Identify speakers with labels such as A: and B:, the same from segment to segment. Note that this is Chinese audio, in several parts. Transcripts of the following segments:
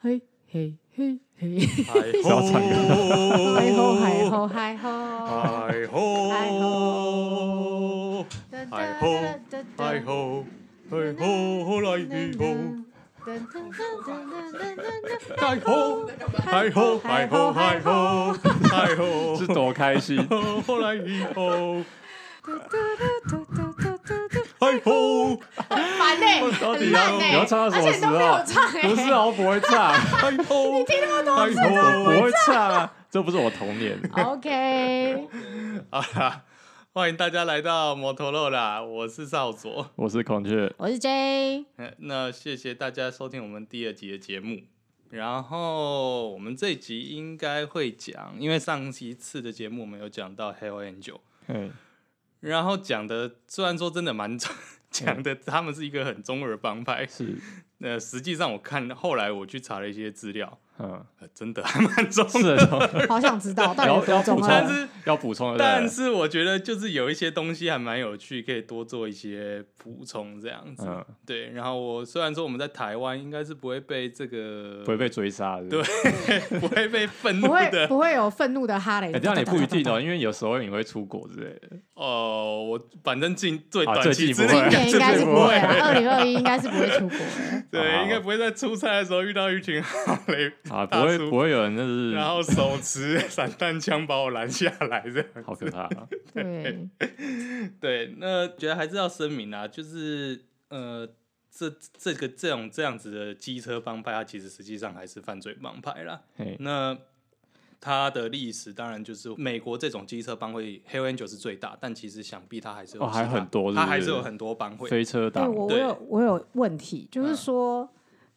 A: 嘿嘿嘿嘿，
B: 嗨
C: 是要唱
B: 歌
A: 嗨吼嗨吼嗨吼，
B: 嗨
A: 嗨
B: 吼
A: 吼，
B: 嗨吼嗨吼，嗨吼来去吼，嗨吼，嗨吼，嗨吼，嗨吼，嗨吼，
C: 是多开心！
B: 吼来去吼，嗨吼，
A: 很烦嘞，很烂嘞，
C: 你要唱到什
A: 而
C: 么
A: 且
C: 时
A: 都没有
C: 候？
A: 唱哎，
C: 不是啊，我不会 唱，
B: 嗨吼，你听那么多次
C: 我不会唱啊，这不是我童年。
A: OK，
B: 啊！欢迎大家来到摩托罗拉，我是少佐。
C: 我是孔雀，
A: 我是 J，
B: 呃 那谢谢大家收听我们第二集的节目。然后我们这一集应该会讲，因为上一次的节目我们有讲到 Hell Angel，
C: 哎，
B: 然后讲的虽然说真的蛮中 讲的他们是一个很中二帮派，
C: 是，
B: 呃，实际上我看后来我去查了一些资料，
C: 嗯，
B: 呃、真的还蛮中
C: 是
B: 二。
C: 的童年，
A: 好想知道到底
C: 要
A: 有
C: 要
A: 多
C: 补
A: 重
C: 充
B: 哦但
A: 啊？
B: 是
C: 要补充的，
B: 但是我觉得就是有一些东西还蛮有趣，可以多做一些补充这样子。
C: 嗯，
B: 对，然后我虽然说我们在台湾应该是不会被这个
C: 不会被追杀的。
B: 对 不会被愤怒
A: 不会
B: 的。
A: 不会有愤怒的哈雷，
C: 哎，这样也不一定哦，因为有时候你会出国之类的。
B: 哦，我反正近最
C: 啊
B: 短
C: 最
B: 期
C: 近
B: 之
C: 不
B: 内
C: 会
A: 今年应该是不
B: 不
A: 会
B: 会，
A: 啊，二零二一应该是不会出国了。
B: 对，
C: 好
B: 应该不会在出差的时候遇到一群哈雷
C: 啊，不
B: 大
C: 会
B: 叔
C: 不会有人，就是
B: 然后手持散弹枪把我拦下来这样。
C: 好可 怕啊。
A: 对，
B: 对，那觉得还是要声明啊，就是呃，这这个这种这样子的机车帮派，它其实实际上还是犯罪帮派啦。
C: 嘿，
B: 那它的历史当然就是美国这种机车帮会 Hell Angel 是最大，但其实想必它还是有
C: 哦
B: 其
C: 还
B: 他
C: 很多是
B: 它
C: 不
B: 还
C: 是
B: 是有很多帮会。
C: 飞车
A: 对
C: 党，
A: 我我
B: 对
A: 有我有问题，就是说、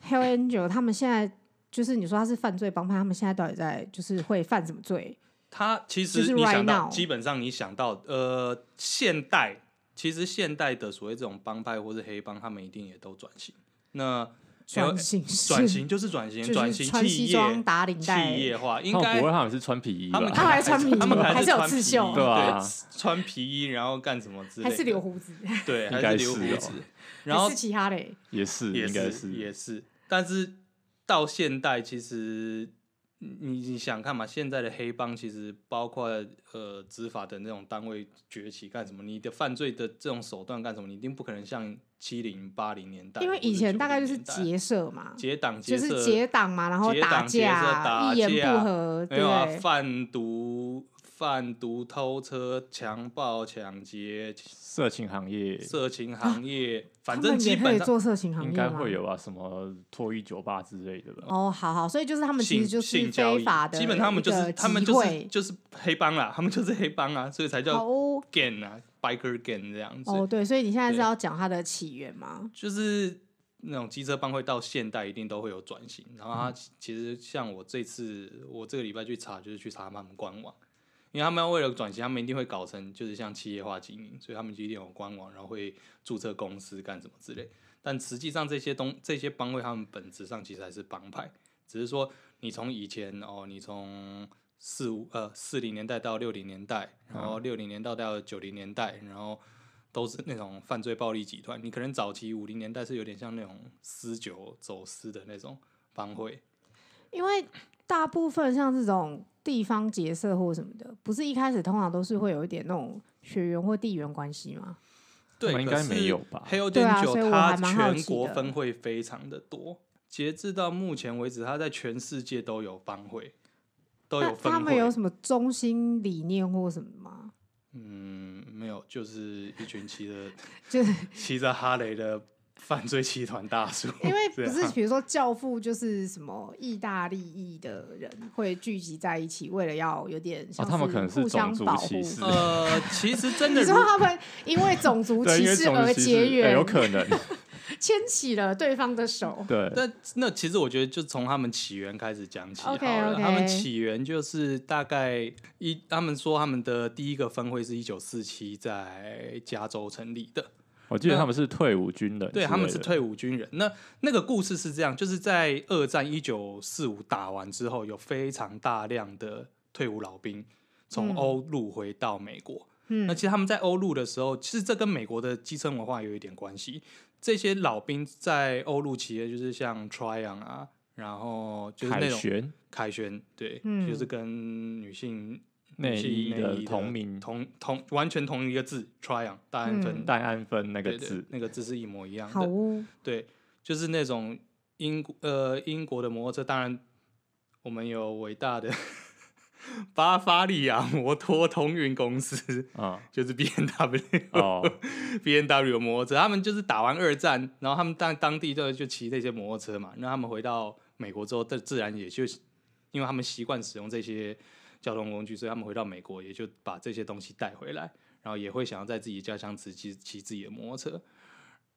A: Hell Angel 他们现在就是你说他是犯罪帮派，他们现在到底在就是会犯什么罪？
B: 它其
A: 就是
B: 实你想
A: right
B: 到，
A: now
B: 基本上你想到，呃，现代其实现代的所谓这种帮派或是黑帮，他们一定也都转型。那
A: 转型
B: 转型就是转型，转
A: 就
B: 型
A: 是穿西
B: 企
A: 装
B: 业
A: 打领带
B: 企，业化，应
C: 他们
B: 该
C: 不会，他们是穿皮衣吧
B: 他？们
A: 他还穿皮衣
B: 他们
A: 还
B: 是
A: 是有
B: 穿
A: 刺
B: 皮衣
A: 绣
C: 对啊
B: 穿皮衣然后干什么之类的，
A: 还是留胡子，
B: 对，
C: 应
B: 还
C: 该
B: 留
C: 是
B: 胡
C: 哦
B: 子，然后
A: 还是其他嘞？
C: 也是，
B: 也
C: 应该
B: 是也是，但是到现代其实你你想看嘛，现在的黑帮其实包括呃执法的那种单位崛起干什么，你的犯罪的这种手段干什么，你一定不可能像七零八零年代，
A: 因为以前大概就是
B: 结
A: 结社嘛，
B: 结党
A: 就
B: 结社，
A: 是结党嘛，然后
B: 结
A: 打
B: 党结社
A: 架，
B: 打
A: 一言
B: 架
A: 不合，
B: 没
A: 对
B: 有
A: 不
B: 啊，
A: 对？
B: 贩毒、贩毒、偷车、强暴、抢劫、
C: 色情行业
B: 色情行业，反
A: 他
B: 正
A: 们也
B: 基
A: 可以
B: 本上
A: 做色情行
C: 应
A: 业
C: 该
A: 吗
C: 会有吧，什么脱衣酒吧之类的吧。
A: 哦，好好，所以就是他们其
B: 性
A: 实就
B: 性
A: 是
B: 交
A: 非
B: 易
A: 法的一
B: 基
A: 个集会，
B: 本他们就是他们就是就是黑帮啦，他们就是黑帮啊，所以才
A: 好
B: 叫
A: 哦
B: gang 啊，biker gang 这样子，
A: 哦，对，所以你现在是
B: 对
A: 要讲它的起源吗？
B: 就是那种机车帮会到现代一定都会有转型，然后他其实像我这次我这个礼拜去查，就是去查他们官网。因为他们要为了转型，他们一定会搞成就是像企业化经营，所以他们就一定有官网，然后会注册公司干什么之类。但实际上这些东这些帮会，他们本质上其实还是帮派，只是说你从以前哦，你从四五呃四零年代到六零年代，然后六零年代到九零年代，然后都是那种犯罪暴力集团。你可能早期五零年代是有点像那种私酒走私的那种帮会，
A: 因为大部分像这种地方结社或什么的，不是一开始通常都是会有一点那种血缘或地缘关系吗？
B: 对，
C: 他们应
B: 可
C: 该
B: 是
C: 没有吧
B: 黑油
A: 对
B: 点
A: 啊
B: 酒
A: 所以我
B: 它
A: 还蛮好
B: 全
A: 奇
B: 国
A: 的
B: 分会非常的多，截至到目前为止，它在全世界都有帮会，都
A: 那
B: 有分
A: 他们
B: 会。
A: 有什么中心理念或什么吗？
B: 嗯，没有，就是一群骑着
A: 就是
B: 骑着哈雷的犯罪集团大 叔。
A: 因为
B: 这
C: 啊
A: 不
B: 样
A: 是，比如说教父就是什么意大利裔的人会聚集在一起，为了要有点像
C: 哦他们可能是
A: 互相
C: 种族
A: 保护
C: 歧。视
B: 呃，其实真的
A: 你
B: 如
A: 说他们因为种族
C: 对，
A: 歧
C: 因为
A: 视
C: 种族
A: 而
C: 歧视
A: 结
C: 哎
A: 缘
C: 有，可能。
A: 牵起了对方的手。
C: 对，
B: 那那其实我觉得就从他们起源开始讲起好了。
A: OK，OK
B: 他们起源就是大概一，他们说他们的第一个分会是一九四七在加州成立的，
C: 我记得他们是退伍军人，
B: 对，他们是。退伍军人。那那个故事是这样，就是在二战一九四五打完之后，有非常大量的退伍老兵从
A: 嗯
B: 欧陆回到美国。那
A: 嗯
B: 其实他们在欧陆的时候，其实这跟美国的机车文化有一点关系。这些老兵在欧陆企业，就是像 Tryon 啊，然后就是
C: 凯
B: 那种
C: 旋
B: 凯旋，对，
A: 嗯
B: 就是跟女性
C: 内
B: 女性
C: 衣
B: 内
C: 的同名
B: 同同完全同一个字 trion 大安分、
A: 嗯
C: 戴安芬那个
B: 对对
C: 字，
B: 那个字是一模一样
A: 好
B: 的，
A: 哦，
B: 对，就是那种英国呃英国的摩托车，当然我们有伟大的 巴伐利亚摩托通运公司，
C: 啊
B: 就是 B N W
C: 哦
B: 嗯 B N W 摩托车，他们就是打完二战，然后他们当当地就就骑这些摩托车嘛，那他们回到美国之后，自自然也就因为他们习惯使用这些交通工具，所以他们回到美国也就把这些东西带回来，然后也会想要在自己家乡自己骑自己的摩托车。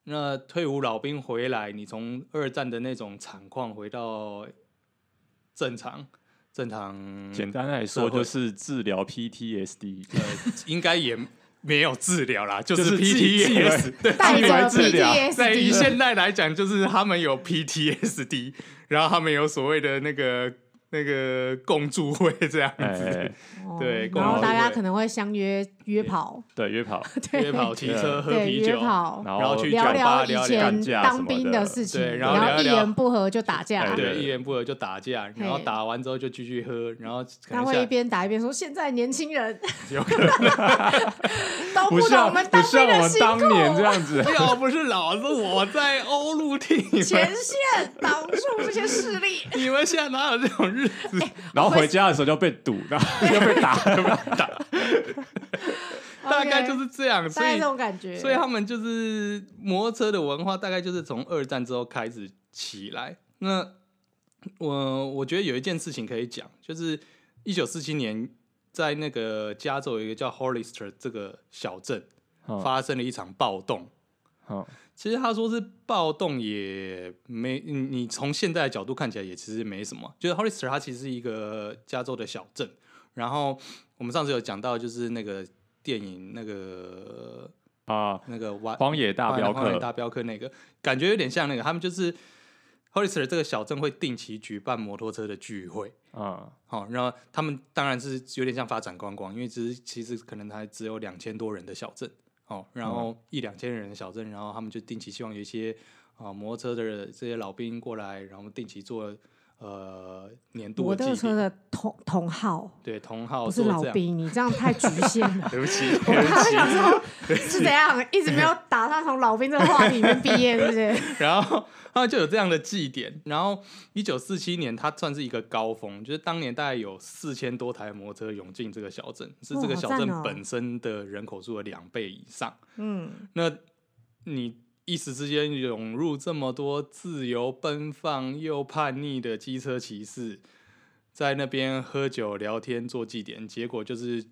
B: 那退伍老兵回来，你从二战的那种惨况回到正常，正常
C: 简单来说
B: 社会
C: 就是治疗 PTSD，
B: 呃，应该也没有治疗啦，就
C: 就是是自己记了
B: PTSD，对，
A: 带
C: 以为
A: 着
C: 治疗
B: 在以
A: PTSD，
B: 现在来讲，就是他们有 PTSD，然后他们有所谓的那个那个共助会这样子
C: 哎，，
A: 哦
B: 对
A: 然后
C: 共
A: 大家
B: 同
A: 可能会相约约跑，
C: 对，约 跑，
B: 约跑、骑车、喝
A: 对
B: 啤
A: 约
B: 酒，
A: 跑，
C: 然
B: 然后
C: 后
B: 去
A: 聊
B: 酒吧
A: 聊以
B: 聊聊
A: 前
C: 干架什
A: 当
C: 么
A: 兵
C: 的
A: 事情，
B: 对
A: 然
B: 然后聊一
A: 一
B: 聊
A: 言不合就打架
C: 哎，
B: 对，
C: 对
B: 一言不合就打架，然后
A: 嘿
B: 打完之后就继续喝，然后可
A: 他
B: 能
A: 会一
B: 下
A: 边打一边说：“现在年轻人
B: 有可能，
A: 都
C: 不
A: 懂
C: 像
A: 我们
C: 不
A: 当兵
C: 像我
A: 的
C: 们
A: 辛
C: 当
A: 苦，
C: 年这样子
B: 要不是老子我在欧陆替你
A: 前
B: 们，
A: 线挡住这些势力。
B: 你们现在哪有这种日子？
C: 然后回家的时候就被堵， 然后又被打，
B: 大概
A: OK，
B: 就是这样，
A: 大
B: 所
A: 概
B: 以
A: 这种感觉。
B: 所以他们就是摩托车的文化，大概就是从二战之后开始起来。那我我觉得有一件事情可以讲，就是一九四七年在那个加州有一个叫 Hollister 这个小镇
C: 嗯
B: 发生了一场暴动。
C: 嗯
B: 其实他说是暴动也没，你你从现在的角度看起来也其实没什么。就是 Hollister 它其实是一个加州的小镇，然后我们上次有讲到就是那个电影那个
C: 啊，
B: 那个瓦
C: 荒野大镖
B: 荒野
C: 客，
B: 大镖客那个感觉有点像那个，他们就是 Hollister 这个小镇会定期举办摩托车的聚会。
C: 啊，
B: 好、然后他们当然是有点像发展观光，因为只是其实可能才只有两千多人的小镇，哦，然
C: 嗯
B: 后一两千人的小镇，然后他们就定期希望有一些啊、摩托车的这些老兵过来，然后定期做呃年度
A: 摩
B: 的
A: 托
B: 祭
A: 车
B: 典，
A: 的同同号
B: 对，同好
A: 不是
B: 做
A: 老
B: 哦这样，。
A: 兵，你这样太局限了
B: 对不起，
A: 我刚刚想说是怎样，一直没有打算从老兵这个话题里面毕业，是不是？
B: 然后他们就有这样的祭典。然后一九四七年，它算是一个高峰，就是当年大概有四千多台摩托车涌进这个小镇，是这个小镇
A: 哇好赞哦
B: 本身的人口数的两倍以上。
A: 嗯，
B: 那你一时之间涌入这么多自由奔放又叛逆的机车骑士，在那边喝酒聊天做祭典，结果就是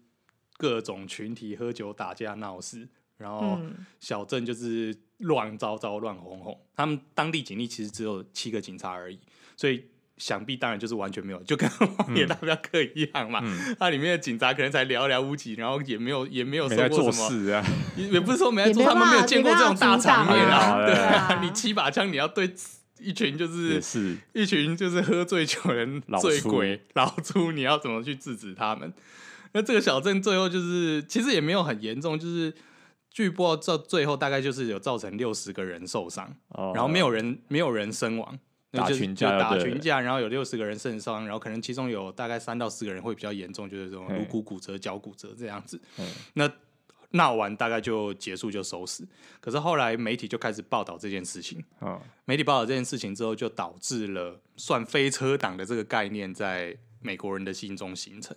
B: 各种群体喝酒打架闹事，然后
A: 嗯
B: 小镇就是乱糟糟、乱哄哄。他们当地警力其实只有七个警察而已，所以。想必当然就是完全没有，就跟荒野大镖客一样嘛。
C: 嗯
B: 它、里面的警察可能才寥寥无几，然后也没有也没有受
C: 没在
B: 过
C: 做
B: 什么
C: 事啊，
B: 也也不是说没在
A: 也
B: 做，
A: 没
B: 他们
A: 办
B: 没有
A: 法
B: 见过
A: 没
B: 这
A: 办
B: 种
A: 法
B: 大
A: 阻
B: 场面
A: 挡
C: 啊
B: 对
C: 对
A: 啊
B: 你七把枪你要对一群就是
C: 也是
B: 一群就是喝醉酒人、
C: 老
B: 醉
C: 粗
B: 鬼、老粗，你要怎么去制止他们？那这个小镇最后就是其实也没有很严重，就是据报到最后大概就是有造成六十个人受伤，
C: 哦
B: 然后没有人没有人身亡。那
C: 打
B: 就是
C: 群架
B: 就
C: 就
B: 打
C: 对
B: 群
C: 了
B: 架，然后有六十个人受伤，然后可能其中有大概三到四个人会比较严重，就是这种
C: 嗯
B: 颅骨骨折、脚骨折这样子。
C: 嗯
B: 那闹完大概就结束就收拾，可是后来媒体就开始报道这件事情，
C: 嗯
B: 媒体报道这件事情之后，就导致了算飞车党的这个概念在美国人的心中形成。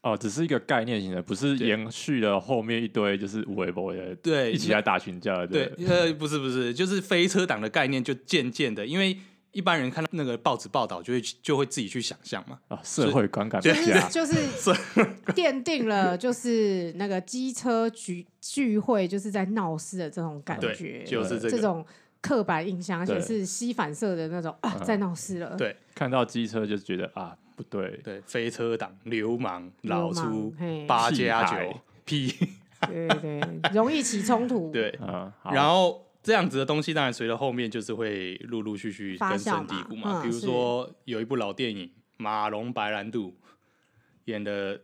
C: 哦，只是一个概念型的，不是
B: 对
C: 延续了后面一堆就是无为博的，
B: 对
C: 一起来打群架的，
B: 对，呃，不是不是，就是飞车党的概念就渐渐的，因为一般人看到那个报纸报道，就会就会自己去想象嘛。
C: 啊，社会观感不
A: 就 是
C: 佳，
A: 就是奠定了就是那个机车聚聚会就是在闹事的这种感
B: 对
A: 觉，
B: 就是这
A: 这
B: 个
A: 种刻板印象，而且
C: 对
A: 是吸反射的那种啊，
C: 嗯
A: 在闹事了。
B: 对
C: 看到机车就觉得啊不对，
B: 对，飞车党、流氓、
A: 流
B: 老
A: 氓
B: 粗
A: 嘿、
B: 八
C: 屁
B: 加九
C: 孩、
B: 屁，
A: 对对对，容易起冲突。
B: 对，
C: 嗯，好
B: 然后这样子的东西，当然随着后面就是会陆陆续续
A: 发
B: 根
A: 酵
B: 深
A: 嘛
B: 蒂固嘛。
A: 嗯
B: 比如说有一部老电影，马龙白兰度演的《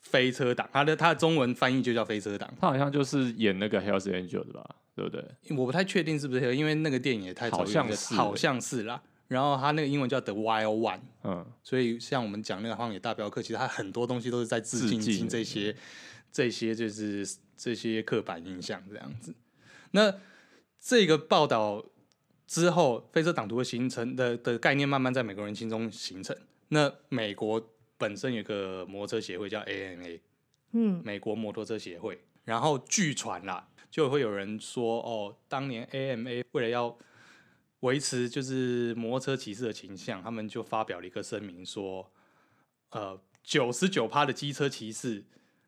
B: 飞车党》，他的他的中文翻译就叫《飞车党
C: 他好像就是演那个 Hells Angel 的吧，对不对？》，
B: 我不太确定是不是，因为那个电影也太早
C: 好像
B: 有一个
C: 是
B: 好像是啦。然后它那个英文叫 The Wild One，
C: 嗯，
B: 所以像我们讲那个荒野大镖客，其实它很多东西都是在致敬嗯
C: 致
B: 进
C: 敬
B: 这些这些就是这些刻板印象这样子。那这个报道之后，非洲党徒的形成的的概念慢慢在美国人心中形成。那美国本身有个摩托车协会叫 ANA，
A: 嗯，
B: 美国摩托车协会。然后据传啦，就会有人说哦，当年 AMA 为了要维持就是摩托车骑士的形象，他们就发表了一个声明说，呃，九十九趴的机车骑士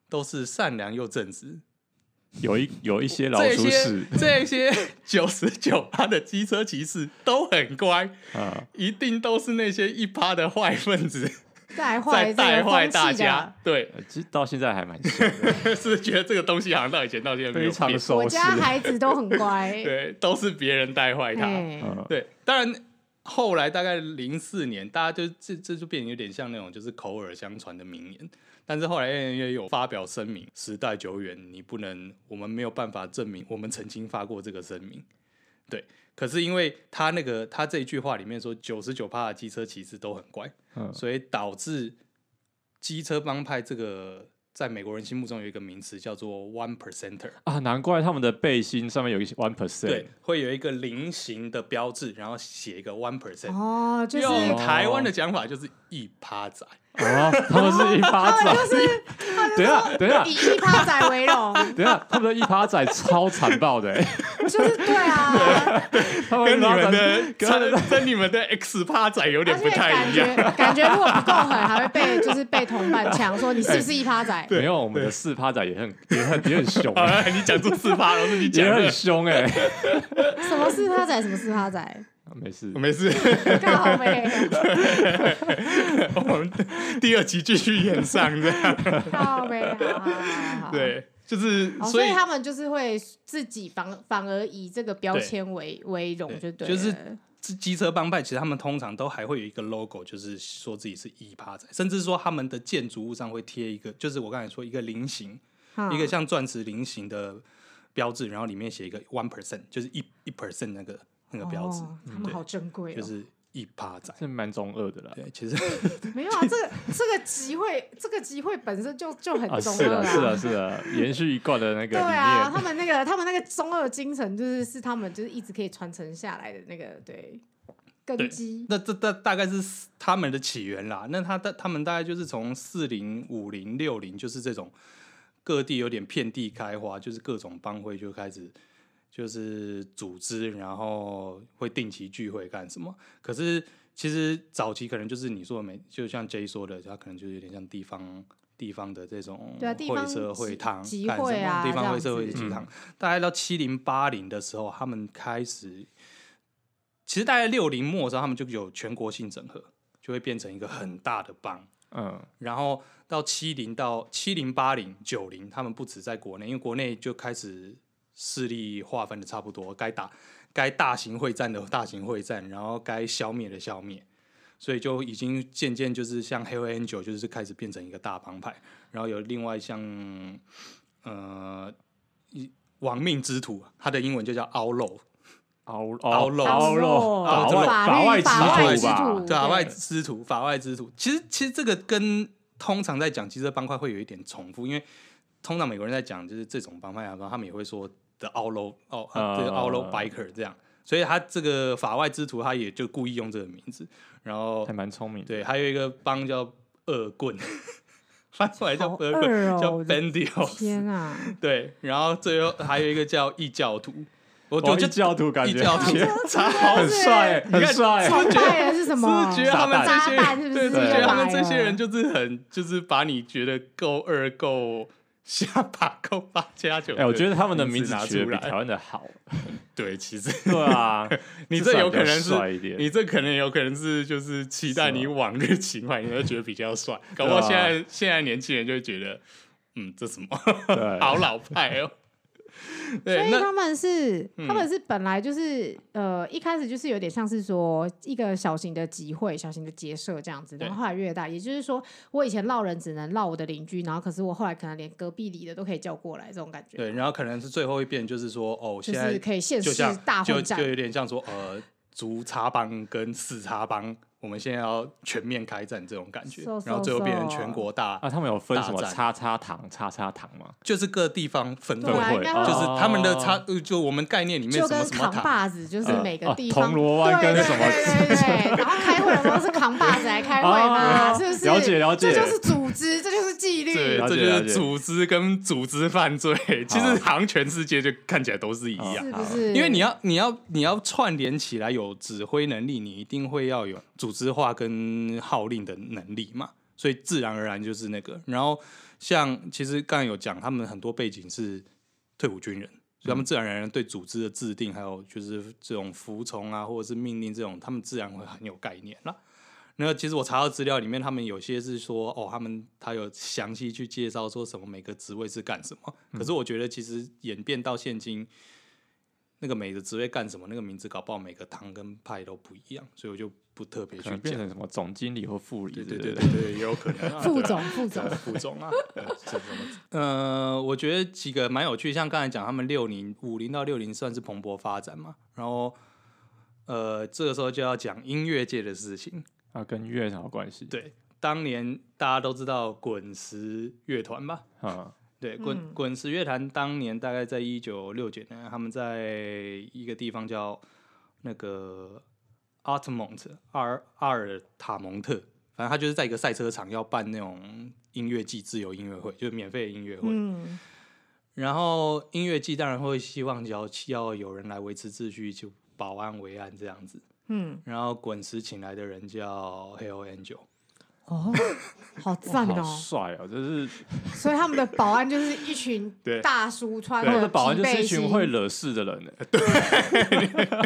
B: 都是善良又正直，
C: 有一有一些老
B: 这
C: 鼠
B: 些
C: 屎
B: 这些九十九趴的机车骑士都很乖，
C: 啊，
B: 一定都是那些一趴的坏分子
A: 带
B: 在
A: 坏这个
B: 带坏
A: 风
B: 大
A: 气的
B: 家。。对，
C: 呃其实到现在还蛮像的
B: 是觉得这个东西好像到以前到现在没
C: 非
B: 有
C: 常
B: 变。
A: 我
C: 熟悉。
A: 家孩子都很乖，
B: 对，都是别人带坏他。
A: 哎
C: 嗯，
B: 对，当然后来大概零四年，大家就这这就变得有点像那种就是口耳相传的名言。但是后来 A N 也有发表声明，时代久远，你不能，我们没有办法证明我们曾经发过这个声明。对，可是因为他那个他这一句话里面说九十九趴的机车骑士都很乖，
C: 嗯
B: 所以导致机车帮派这个在美国人心目中有一个名词叫做 one percenter。
C: 啊，难怪他们的背心上面有一些 one
B: 对
C: percent，，
B: 会有一个菱形的标志，然后写一个 one percent。
A: 哦，就是
B: 用台湾的讲法就是一趴仔，
C: 啊，他们是一巴掌。 等一下，等一下
A: 哦以，一趴仔为荣，
C: 等一下，他们的一巴仔超残暴的、欸，
A: 就是对啊，
C: 他们
B: 跟哦你
C: 一
B: 们
C: 巴掌
B: 的
C: 跟他们的
B: 跟跟你们的 X 趴仔有点
A: 而
B: 不
A: 且
B: 太
A: 感
B: 一样。
A: 觉感觉如果不够狠，还会被就是被同伴抢说你是不是一趴仔？
C: 没有我们的四趴仔也很也很也很凶、
B: 好
C: 欸，
B: 了，你讲出四趴了，是你
C: 也
B: 讲
C: 很
B: 的，
C: 凶哎、
A: 什么是趴仔？什么是趴 仔？
C: 没事，
B: 没事。
A: 刚好没，
B: 我们第二集继续演上这样。
A: 刚好没，啊好好好好。
B: 对，就是
A: 哦，所
B: 所
A: 以
B: 以
A: 他们就是会自己反反而以这个标签为为荣，就
B: 对
A: 对了，
B: 就是机车帮派其实他们通常都还会有一个 logo，就是说自己是一趴仔，甚至说他们的建筑物上会贴一个，就是我刚才说一个菱形，
A: 哈
B: 一个像钻石菱形的标志，然后里面写一个 one percent，就是一一 percent 那个那个标志，
A: 哦他们
B: 对
A: 好珍贵哦，
B: 就是一趴仔。
C: 这蛮中二的啦。
B: 对，其实
A: 没有啊，这个这个集会，这个集会本身就就很
C: 啊，
A: 中
C: 是
A: 二
C: 的，是的，是的，延续一贯的那个
A: 对
C: 理念。
A: 啊，他们那个他们那个中二精神，就是是他们就是一直可以传承下来的那个 对根
B: 对
A: 基。
B: 那这大大概是他们的起源啦。那他的他们大概就是从四零、五零、六零，就是这种各地有点遍地开花，就是各种帮会就开始就是组织，然后会定期聚会干什么。可是其实早期可能就是你说的没，就像 J 说的，他可能就是有点像地方。地方的这种
A: 对啊地
B: 会
A: 方
B: 社会
A: 集
B: 堂
A: 集
B: 干什
A: 会
B: 么
A: 啊
B: 地
A: 这
B: 方
A: 样
B: 会社会
A: 子
B: 集堂，大概到七零八零的时候，他们开始其实大概六零末的时候，他们就有全国性整合，就会变成一个很大的帮。
C: 嗯，
B: 然后到七零到七零八零九零，他们不止在国内，因为国内就开始势力划分的差不多，该打该大型会战的大型会战，然后该消灭的消灭，所以就已经渐渐就是像 Hell Angel 就是开始变成一个大帮派，然后有另外像呃一亡命之徒，它的英文就叫 Outlaw，
C: 凹
B: 凹肉
C: 哦凹肉，
A: 法
C: 法
B: 律
C: 外法
A: 法
B: 外
C: 外之
A: 之
C: 徒吧
A: 徒。
B: 对，啊
A: 对
B: 法外之徒，法外之徒。其实其实这个跟通常在讲机车帮派会有一点重复，因为通常美国人在讲就是这种帮派的时候，他们也会说 the outlaw 哦，
C: 啊
B: 这个 outlaw biker 这样，所以他这个法外之徒他也就故意用这个名字。然后
C: 还蛮聪明的。
B: 对，还有一个帮叫恶棍， 翻出来叫
A: 好
B: 恶棍，
A: 二哦
B: 叫
A: 我的
B: bandio。
A: 天啊，
B: 对，然后最后还有一个叫异教徒，我
C: 哇
B: 我就
C: 异教徒感觉
B: 异 教徒
C: 天
B: 差好
C: 很帅，
B: 你
C: 很
B: 看
C: 帅。
A: 崇拜人是什
B: 是
A: 么？
B: 觉得他们这些
A: 撒旦是
B: 人，
A: 不是啊
B: 对，是觉得他们
A: 又来
B: 这些
A: 了
B: 人就是很，就是把你觉得够二够下巴够八加九。
C: 哎、我觉得他们的名字
B: 拿
C: 取
B: 出
C: 得比台
B: 来，
C: 湾 的好。
B: 对，其 实
C: 对啊，
B: 你
C: 至
B: 这
C: 少
B: 有
C: 比
B: 可
C: 较
B: 能是
C: 帅一点
B: 你这可能有可能是就是期待你
C: 是吗
B: 往 日情怀，你会觉得比较帅。搞不好
C: 对啊
B: 现在现在年轻人就会觉得，嗯，这什么
C: 对
B: 好老派哦。
A: 所
B: 对，
A: 以
B: 那
A: 他们是，
B: 嗯
A: 他们是本来就是呃，一开始就是有点像是说一个小型的集会、小型的结社这样子，
B: 对
A: 然后后来越大，也就是说，我以前闹人只能闹我的邻居，然后可是我后来可能连隔壁里的都可以叫过来，这种感觉，
B: 对，然后可能是最后一遍就是说，哦，
A: 就
B: 现在
A: 是可以现
B: 就
A: 世
B: 像
A: 大
B: 就
A: 混战
B: 就，有点像说呃，竹茶帮跟四茶帮，我们现在要全面开战这种感觉
A: So, so,
B: 然后最后变成全国大，
C: 啊，他们有分什么
B: 大战
C: 叉叉糖、叉叉糖吗？
B: 就是各地方分
A: 对啊
B: 会，
A: 应该
C: 会哦
B: 就是他们的差，呃就我们概念里面
A: 就
B: 什么
A: 跟
B: 什么
A: 扛
B: 塔，嗯
A: 把子，就是
C: 呃
A: 每个
C: 哦
A: 地方
C: 铜锣湾
A: 对
C: 跟
A: 对
C: 什么
A: 对对对，然后开会的时候是扛把子来开会嘛，
C: 哦
A: 是不是？
C: 了解了解
A: 这就是组织，这就是纪
B: 对，
A: 律。
C: 了
B: 这
C: 解
B: 就
C: 了
B: 是
C: 解
B: 组织跟组织犯罪， 其实好像全世界就看起来都是一样。啊
A: 是不是？
B: 因为你要你要你要串联起来有指挥能力，你一定会要有组织化跟号令的能力嘛，所以自然而然就是那个。然后像其实刚才有讲，他们很多背景是退伍军人，所以他们自然而然对组织的制定，还有就是这种服从啊，或者是命令这种，他们自然会很有概念啦。那其实我查到资料里面，他们有些是说，哦，他们他有详细去介绍说什么每个职位是干什么。可是我觉得其实演变到现今，那个每个职位干什么，那个名字搞不好每个堂跟派都不一样，所以我就不特别
C: 可
B: 去
C: 能变
B: 讲。
C: 成什么总经理或副理
B: 对
C: 之类
B: 对
C: 的，
B: 对对对，也有可能、啊。
A: 副
B: 对啊
A: 总，副总
B: 对，副总 啊，对这怎么？ 呃，我觉得几个蛮有趣，像刚才讲，他们六零五零到六零算是蓬勃发展嘛，然后呃，这个时候就要讲音乐界的事情。
C: 啊，跟乐有什么关系？，
B: 对，当年大家都知道滚石乐团吧？
C: 啊，
B: 对，滚
A: 嗯
B: 滚石乐团当年大概在一九六九年，他们在一个地方叫那个阿特蒙特阿尔阿尔塔蒙特，反正他就是在一个赛车场要办那种音乐季自由音乐会，就是免费的音乐会。
A: 嗯，
B: 然后音乐季当然会希望要要有人来维持秩序，就保安维安这样子。
A: 嗯，
B: 然后滚石请来的人叫 Hell Angel，
A: 哦，好赞
C: 好
A: 哦！
C: 帅哦，就是
A: 所以他们的保安就是一群
B: 对！
A: 大叔穿
C: 他们
A: 的
C: 的保安就是一
A: 皮背
C: 群
A: 心
C: 会惹事的人呢，欸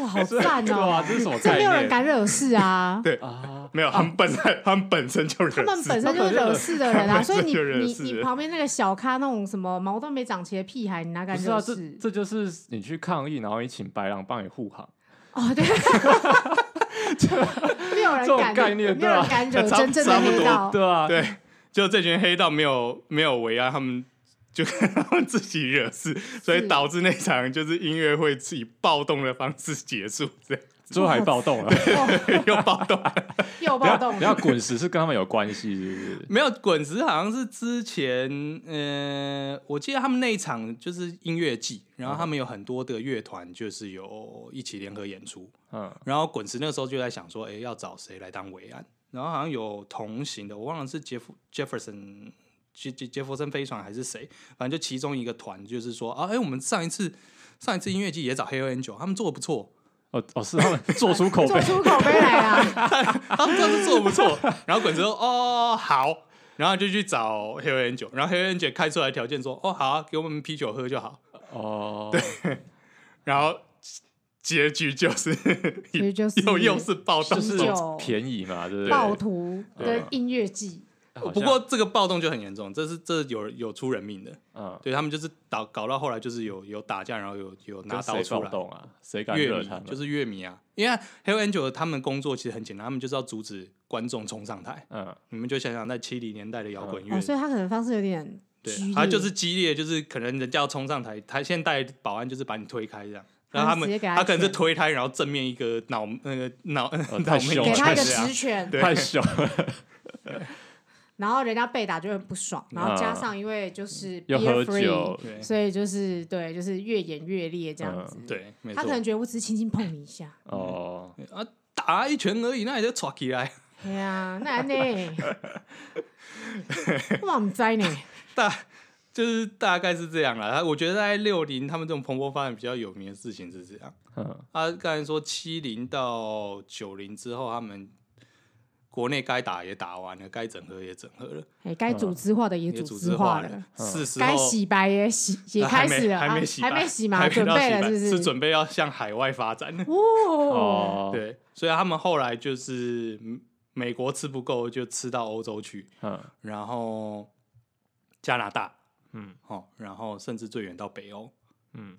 A: 哇，好赞
C: 对啊，
A: 哦！
C: 这是什么
A: 这
C: 概
A: 没有人
C: 念
A: 敢惹事啊
B: 对
C: 啊？
B: 没有，他们本身他们本身就惹
A: 他们本身就是惹事的人啊，所以你
B: 他们本身就惹
A: 你
B: 事
A: 你旁边那个小咖那种什么毛都没长齐的屁孩，你哪
C: 不
A: 敢
C: 是啊，
A: 惹
C: 这
A: 事？
C: 这就是你去抗议，然后你请白狼帮你护航，
A: 哦，对，哦没有人敢，
C: 这种概念
A: 没有人
C: 对啊
A: 敢惹
B: 差
A: 真正的
B: 差不
A: 黑
B: 多
A: 道。
C: 对啊，
B: 对， 就这群黑道没有没有围啊，他们就 他们自己惹事，所以导致那场就是音乐会自己暴动的方式结束，这样
C: 最后还暴动了。
A: 哦，
B: 又暴动。
A: 又
C: 不
A: 暴
C: 要
A: 动
C: 不要，滚石是跟他们有关系，是不 是？
B: 没有滚石好像是之前，呃，我记得他们那一场就是音乐季，然后他们有很多的乐团就是有一起联合演出，
C: 嗯，
B: 然后滚石那个时候就在想说，哎，要找谁来当维安？然后好像有同行的，我忘了是杰夫杰弗森杰杰杰弗森飞船还是谁，反正就其中一个团就是说啊，哎，我们上一次上一次音乐季也找 Hell Angel，他们做的不错，
C: 哦哦，是他们做出口
A: 做
C: 碑，
A: 出口碑来啊！
B: 他们真的是做的不错。然后滚石说哦好，然后就去找 Hell Angel，然后 Hell Angel 开出来条件说哦好、啊，给我们啤酒喝就好。
C: 哦，对，
B: 然后结局就是
A: 其实就是
B: 又又是暴动
C: 就
A: 啤，
C: 是
A: 酒
C: 便宜嘛，对不对？
A: 暴徒
C: 对
A: 跟音乐季，
C: 好像
B: 不过，这个暴动就很严重，这是这有有出人命的。
C: 嗯，
B: 对他们就是搞搞到后来就是有有打架，然后有有拿
C: 跟
B: 刀
C: 谁
B: 出
C: 暴
B: 来。
C: 动啊？谁敢
B: 乐
C: 惹他
B: 迷
C: 们？
B: 就是乐迷啊，因为 Hell Angel 他们工作其实很简单，他们就是要阻止观众冲上台。
C: 嗯，
B: 你们就想想，在七零年代的摇滚乐，
A: 哦，所以他可能方式有点激
B: 对，
A: 烈，
B: 他就是激烈，就是可能人家要冲上台，他现代保安就是把你推开这样，然后他
A: 直接
B: 们
A: 给他
B: 可能是
A: 拳
B: 推开，然后正面一个脑那个脑、
C: 哦
B: 脑
C: 太
B: 门
C: 凶
A: 给
C: 了
A: 他一个
B: 这样
A: 直拳，
B: 对
C: 太凶了，
A: 然后人家被打就很不爽，然后加
C: 嗯
A: 上因为就是
C: 又喝
A: beer free，
C: 酒，
B: 对
A: 所以就是对，就是越演越烈这样
C: 嗯
A: 子。，
B: 对，没
A: 他
B: 错
A: 可能觉得我只是轻轻碰你一 下，
C: 哦，
B: 啊，打一拳而已，那也就抓起来。
A: 对啊，那呢？ 我唔知呢，
B: 大就是大概是这样啦。他我觉得在六零他们这种蓬勃发展比较有名的事情是这样。
C: 嗯，
B: 他刚才说七零到九零之后，他们国内该打也打完了，该整合也整合了，
A: 哎，该组织化的也
B: 嗯也
A: 组
B: 织
A: 织化了嗯
B: 了，，是时候
A: 该洗白也洗也
B: 啊
A: 开始了，
B: 还
A: 啊
B: 没洗白，
A: 还没洗嘛，
B: 还没
A: 准
B: 到洗
A: 备
B: 白
A: 了是不
B: 是？
A: 是？
B: 准备要向海外发展。
A: 哦，
C: 哦，，
B: 对，所以他们后来就是嗯美国吃不够，就吃到欧洲去，
C: 嗯
B: 然后加拿大，
C: 嗯
B: 哦，然后甚至最远到北欧，
C: 嗯，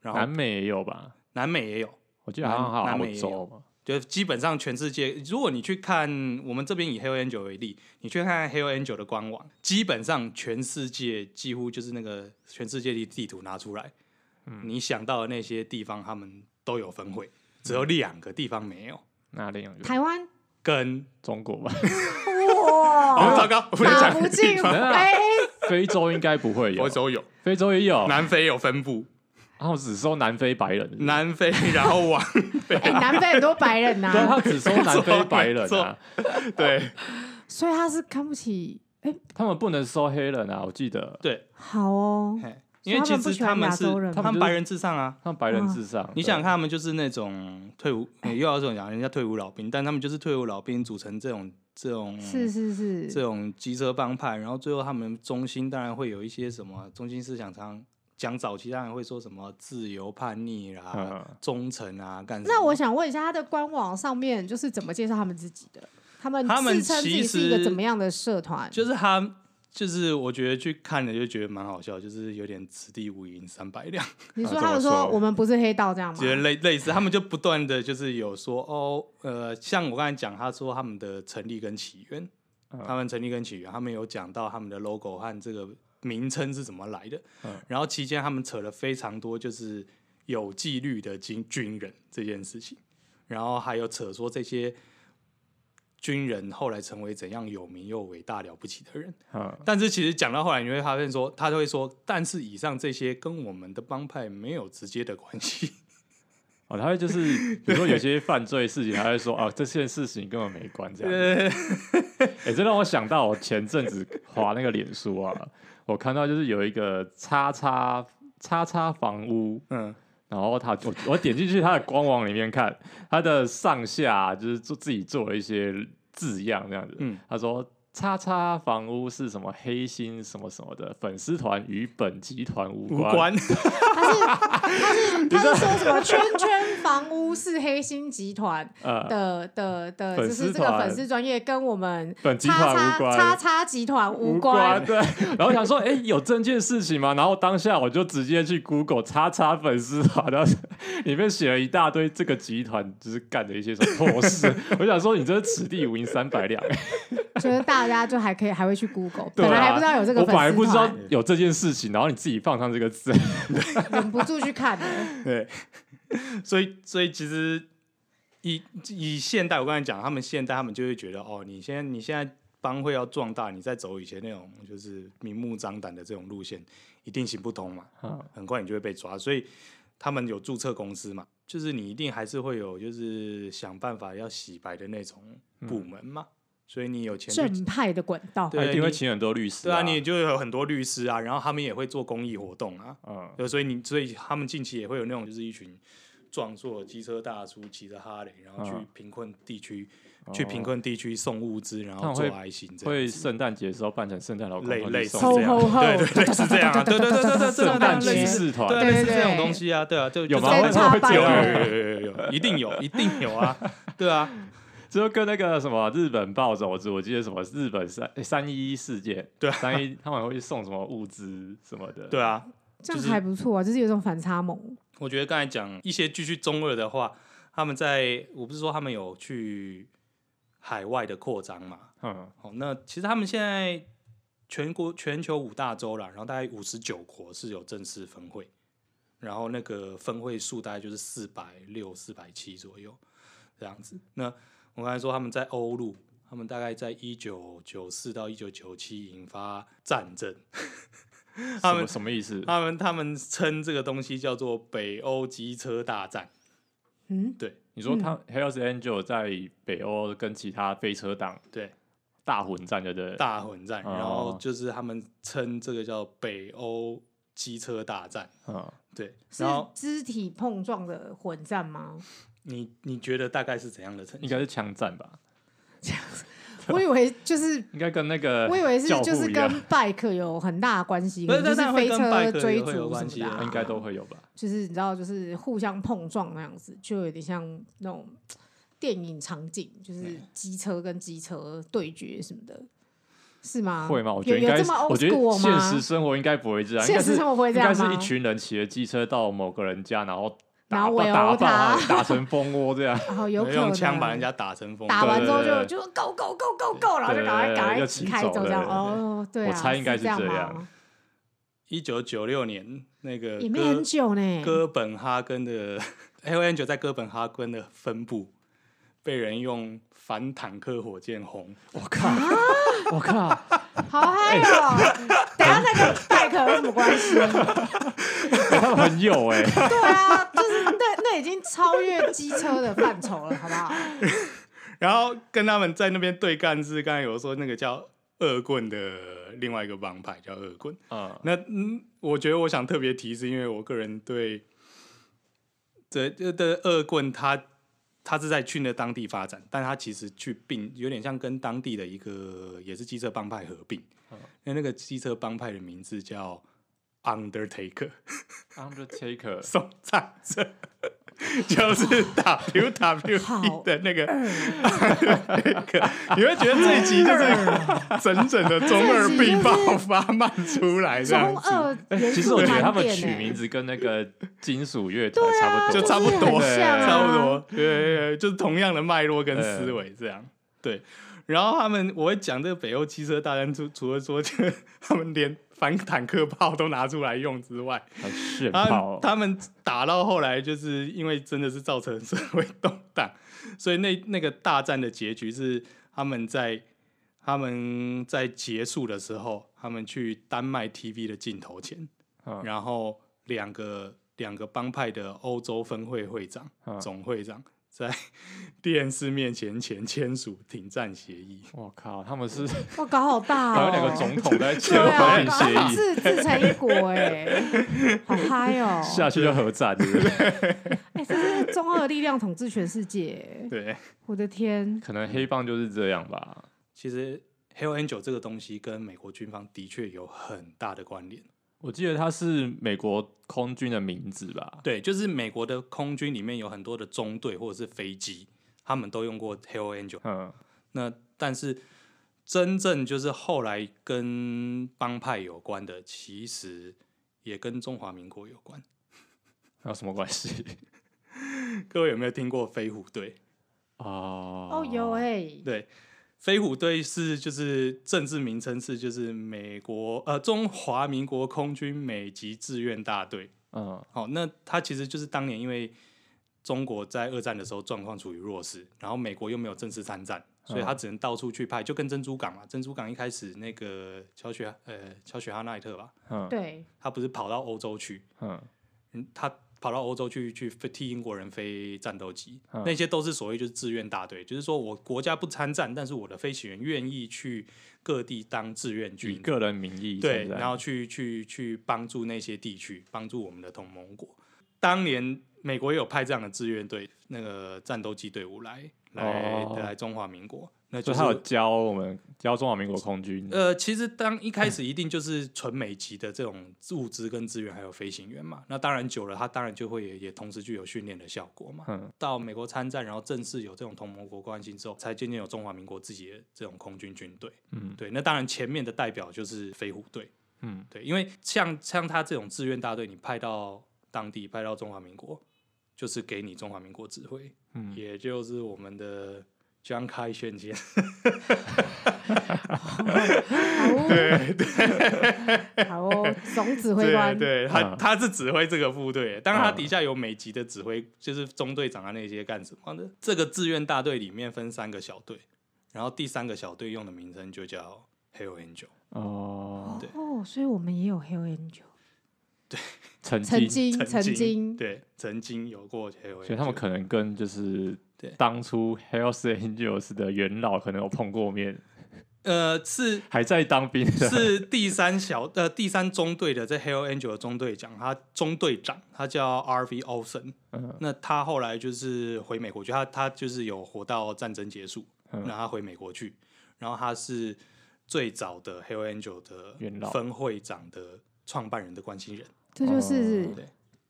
B: 然后
C: 南美也有吧？
B: 南美也有。
C: 我记得好像还
B: 南
C: 有
B: 美
C: 澳
B: 也
C: 洲
B: 有
C: 嘛，
B: 就基本上全世界，如果你去看我们这边以 Hell Angel 为例，你去看 Hell Angel 的官网，基本上全世界几乎就是那个嗯全世界的地图拿出来，你想到的那些地方，他们都有分会。只有两个地方没有，
C: 哪里有？
A: 台湾
B: 跟
C: 中国吧，
B: 哦
A: 哇，
B: 糟糕，我没
A: 打
B: 讲
A: 不 进
C: 等一下
A: 哎，
C: 非洲应该不会有
B: 佛，州有，
C: 非洲也有，然
B: 南非有分布，
C: 后只收南非白人，
B: 南非 然后往
A: 哎，南非很多白人
C: 对，
B: 啊
A: 呐，
C: 他只收南非白人
B: 没错
C: 啊，
B: 对
A: 所以他是看不起。
C: 他们不能收黑人啊，我记得
B: 对，
A: 好哦，
B: 嘿
A: 所以
B: 因为
A: 他
B: 其
A: 们不
B: 实
A: 喜欢
B: 们
A: 亚
B: 是
A: 洲人
B: 他
C: 吗
B: 们白人至上啊，
C: 他们白人至上。
B: 你
C: 对
B: 想想看，他们就是那种退伍，欸、又要这种讲人家退伍老兵，但他们就是退伍老兵组成这种这种
A: 是是是，
B: 这种机车帮派，然后最后他们中心当然会有一些什么中心思想常讲早期当然会说什么自由叛逆啦、
C: 嗯
B: 忠诚啊，干什么
A: 那我想问一下，他的官网上面就是怎么介绍他们自己的？他们
B: 他们
A: 自称自己
B: 其
A: 是一个
B: 实
A: 怎么样的社团？
B: 就是他。就是我觉得去看了就觉得蛮好笑，就是有点此地无银三百两，
A: 你说
C: 啊
A: 他们
C: 怎么
A: 说
C: 说
A: 我们不是黑道这样吗？
B: 觉得类类似，他们就不断的就是有说哦，呃，像我刚才讲，他说他们的成立跟起源，
C: 嗯
B: 他们成立跟起源，他们有讲到他们的 logo 和这个名称是怎么来的。
C: 嗯
B: 然后期间他们扯了非常多，就是有纪律的军军人这件事情，然后还有扯说这些军人后来成为怎样有名又伟大了不起的人。
C: 嗯，
B: 但是其实讲到后来，你会发现说，他就会说，但是以上这些跟我们的帮派没有直接的关系。
C: 哦，他会就是比如说有些犯罪事情，他会说啊，这件事情跟我没关这样。哎，这让我想到我前阵子划那个脸书啊，我看到就是有一个叉叉叉叉房屋，
B: 嗯，
C: 然后他我我点进去他的官网里面看，他的上下就是做自己做了一些字样这样子。
B: 嗯
C: 他说叉叉房屋是什么黑心什么什么的粉丝团与本集团无
B: 无
C: 关。
B: 关。
A: 他是说什么圈圈房屋是黑心集团
C: 呃，
A: 的的的，
C: 粉
A: 就
C: 丝
A: 是这个
C: 团
A: 粉丝专业跟我们
C: 本集
A: 叉
C: 团
A: 叉
C: 无关。
A: 叉叉集团无
C: 无
A: 关
C: 关。对，然后想说，哎、有这件事情吗？然后当下我就直接去 Google 叉叉粉丝团，然后里面写了一大堆这个集团就是干的一些什么破 事。我想说，你这是此地无银三百两、
A: 就是大家就还可以还会去 Google，
C: 对啊
A: 本来还不知道有这个
C: 我
A: 粉
C: 本来不
A: 丝
C: 知道
A: 团，
C: 有这件事情，然后你自己放上这个字，
A: 忍不住去看的。
B: 对，所以所以其实以以现代，我刚才讲，他们现代他们就会觉得哦，你现在你现在帮会要壮大，你再走以前那种就是明目张胆的这种路线，一定行不通嘛，
C: 嗯
B: 很快你就会被抓。所以他们有注册公司嘛，就是你一定还是会有就是想办法要洗白的那种部门嘛，所以你有钱去。
A: 正派的管道，
B: 对
C: 他一定会
B: 你
C: 请很多律师、
B: 对啊，你就有很多律师啊，然后他们也会做公益活动啊，
C: 嗯，
B: 对，所以你所以他们近期也会有那种就是一群壮硕机车大叔骑着哈雷，然后去
C: 嗯
B: 贫困地区、去贫
C: 哦
B: 困地区送物资，然
C: 他
B: 后
C: 们
B: 做
C: 会
B: 爱心这
C: 会
B: 样子。
C: 圣诞节的时候扮成圣诞老公，
B: 类
C: 然后去
B: 类似
C: 送
B: 这
A: 吼
C: 这
B: 样
A: 吼
C: 样
A: 吼，
B: 对对对是这样啊对对对对对
C: 圣诞
B: 对对
C: 骑
B: 对
C: 士团，
B: 对，
A: 对
B: 类似这
A: 对
B: 种东西啊，对啊，就
C: 有
B: 就
C: 吗？
B: 是
C: 我
A: 真
C: 怎么会
A: 插
C: 这
B: 有有
A: 棒
C: 样？
B: 有有有有有，一定有，一定有啊，对啊，
C: 就跟那个什么日本暴走族，我记得什么日本三三一一事件，
B: 对
C: 三一他们会送什么物资什么的，
B: 对啊。
A: 这样
B: 就是
A: 还不错啊，就是有一种反差萌。
B: 我觉得刚才讲一些继续中二的话，他们在我不是说他们有去海外的扩张嘛，
C: 嗯，
B: 哦，那其实他们现在全国全球五大洲啦，然后大概五十九国是有正式分会，然后那个分会数大概就是四百六、四百七左右这样子。那我刚才说他们在欧陆，他们大概在一九九四到一九九七引发战争，他
C: 什
B: 们
C: 么什么意思？
B: 他们他们称这个东西叫做北欧机车大战。
A: 嗯，
C: 你说他 Hells Angel 在北欧跟其他飞车党
B: 对，
C: 大混战的的，
B: 大混战，然后
C: 哦
B: 就是他们称这个叫北欧机车大战，
C: 嗯，
B: 对，
A: 是
B: 然后
A: 肢体碰撞的混战 吗？
B: 你你觉得大概是怎样的成
C: 应
B: 绩？
C: 该是枪战吧，
A: 我以为就是
C: 应该跟那个
A: 我以为是
C: 啊教
A: 就是
C: 父一样
A: 跟 bike 有很大的关系，
B: 不
A: 可
B: 是
A: 能就是
B: 但
A: 飞
B: 会跟 bike
A: 车
B: 有
A: 追
B: 会有
A: 逐什
B: 关
A: 么
B: 系
A: 的
B: 啊
A: 啊，
C: 应该都会有吧，
A: 就是你知道，就是互相碰撞那样子，就有点像那种电影场景，就是机车跟机车对决什么的，是吗？
C: 会吗？我觉
A: 啊有
C: 得应
A: 有
C: 该
A: 这
C: 是
A: 么，
C: 我
A: old
C: 觉得
A: school
C: 现
A: 吗
C: 实？生活应该不会这样，应
A: 现
C: 该
A: 实
C: 是
A: 生活会这
C: 应
A: 样
C: 该
A: 吗
C: 是一群人骑着机车到某个人家，然后
A: 然
C: 打
A: 后
C: 爆
A: 围殴
C: 打爆
A: 他
C: 他， 打成蜂窝这样，
A: 然后哦有可能
B: 用枪把人家打成疯。
A: 打完之后
C: 对
A: 就
C: 对对
A: 就 go go go go go，然后就赶快
C: 对对对
A: 赶快
C: 要
A: 骑
C: 骑
A: 开
C: 走
A: 走这
C: 了
A: 样。
C: 对对对
A: 哦，对啊，
C: 我猜应该
A: 是
C: 是
A: 样
C: 这
A: 吗
C: 样？
B: 一九九六年那个
A: 也没很
B: 哥
A: 久呢，
B: 哥本哈根的 Hell Angel 在哥本哈根的分部被人用反坦克火箭轰，
C: 我靠，我靠，
A: 好嗨哦！
C: 哎
A: 等一下再跟 bike 有什么关 系？
C: 他们很有哎、
A: 对啊，就是那那已经超越机车的范畴了，好不好？
B: 然后跟他们在那边对干是，刚才有说那个叫恶棍的另外一个帮派叫恶棍。
C: 嗯，
B: 那嗯，我觉得我想特别提示，因为我个人对这这的恶棍他他是在去那当地发展，但他其实去并有点像跟当地的一个也是机车帮派合并。那那个机车帮派的名字叫 Undertaker，
C: Undertaker，
B: 送葬者， 就是 WWE
A: 好
B: 的那个 Undertaker。你会觉得这一集
C: 嗯
B: 就是整整的中二病爆发漫出来这样
A: 中
B: 子。
A: 二
C: 哎、
A: 元
C: 其实
A: 素
C: 我觉得
A: 难
C: 他们
A: 辨
C: 取
A: 欸
C: 名字跟那个金属乐团差不多，
B: 就差不多，
A: 啊就是很像啊
B: 差不多，嗯对对，对就是同样的脉络跟思维这样。对，然后他们我会讲这个北欧汽车大战，除除了说这个他们连反坦克炮都拿出来用之外，
C: 很炫
B: 他
C: 炮、
B: 们
C: 哦。
B: 他们打到后来，就是因为真的是造成社会动荡，所以那那个大战的结局是他们在他们在结束的时候，他们去丹麦 TV 的镜头前，
C: 嗯
B: 然后两个两个帮派的欧洲分会会长、
C: 嗯
B: 总会长在 电视面前前签署停战协议。
C: 我靠，他们是
A: 哇，搞好大哦！
C: 还有两个总统在
A: 对
C: 签
A: 啊，
C: 和平
A: 搞到
C: 协议，
A: 自自成一国哎， 好嗨哦！
C: 下去就核战，对不 对？
A: 哎，这是中二力量统治全世界，
B: 对，
A: 我的天！
C: 可能黑帮就是这样吧。
B: 其实 Hell Angel 这个东西跟美国军方的确有很大的关联。
C: 我记得他是美国空军的名字吧？
B: 对，就是美国的空军里面有很多的中队或者是飞机，他们都用过 Hell Angel。
C: 嗯，
B: 那但是真正就是后来跟帮派有关的，其实也跟中华民国有关。
C: 有什么关系？
B: 各位有没有听过飞虎队？
C: 哦
A: 哦，有哎、
B: 对，飞虎队是就是政治名称是就是美国呃中华民国空军美籍志愿大队。
C: 嗯
B: 好、那他其实就是当年因为中国在二战的时候状况处于弱势，然后美国又没有正式参战，所以他只能到处去派，就跟珍珠港嘛，珍珠港一开始那个乔雪呃乔雪哈奈特吧，
C: 嗯
A: 对，
B: 他不是跑到欧洲去，
C: 嗯
B: 嗯，他跑到欧洲去去飞替英国人飞战斗机，
C: 嗯
B: 那些都是所谓就是志愿大队，就是说我国家不参战，但是我的飞行员愿意去各地当志愿
C: 以
B: 军，
C: 个人名义
B: 对，
C: 参战
B: 然后去去去帮助那些地区，帮助我们的同盟国。当年美国也有派这样的志愿队，那个战斗机队伍来来、
C: 哦
B: 来中华民国，那就
C: 就
B: 是
C: 他有教我们教中华民国空军，
B: 呃，其实当一开始一定就是纯美籍的这种物资跟资源，还有飞行员嘛。那当然久了，它当然就会也也同时具有训练的效果嘛。
C: 嗯
B: 到美国参战，然后正式有这种同盟国关系之后，才渐渐有中华民国自己的这种空军军队。
C: 嗯
B: 对，那当然前面的代表就是飞虎队。
C: 嗯，
B: 对，因为像像他这种志愿大队，你派到当地，派到中华民国，就是给你中华民国指挥，
C: 嗯
B: 也就是我们的江开 炫先生。
A: 好 哦，好哦，总指挥官，
B: 对，他、
C: 嗯
B: 他是指挥这个部队，当然他
C: 嗯
B: 底下有美籍的指挥，就是中队长啊那些干什么的。这个志愿大队里面分三个小队，然后第三个小队用的名称就叫 Hell Angel。
C: 哦，
B: 对
A: 哦，所以我们也有 Hell Angel，
C: 曾
A: 曾
C: 经，
A: 经，曾经，
B: 对，曾经有过 Hell Angel，
C: 所以他们可能跟就是
B: 对
C: 当初 Hells Angels 的元老可能有碰过面，
B: 呃是
C: 还在当兵的，
B: 是第三小呃第三中队的这 Hell Angel 的中队长，他中队长他叫 R.V. Olsen，、
C: 嗯
B: 那他后来就是回美国去，他他就是有活到战争结束，
C: 嗯
B: 然后他回美国去，然后他是最早的 Hell Angel
C: 元
B: 的
C: 老
B: 分会长的创办人的关系人，
A: 这就是
C: 哦
B: 对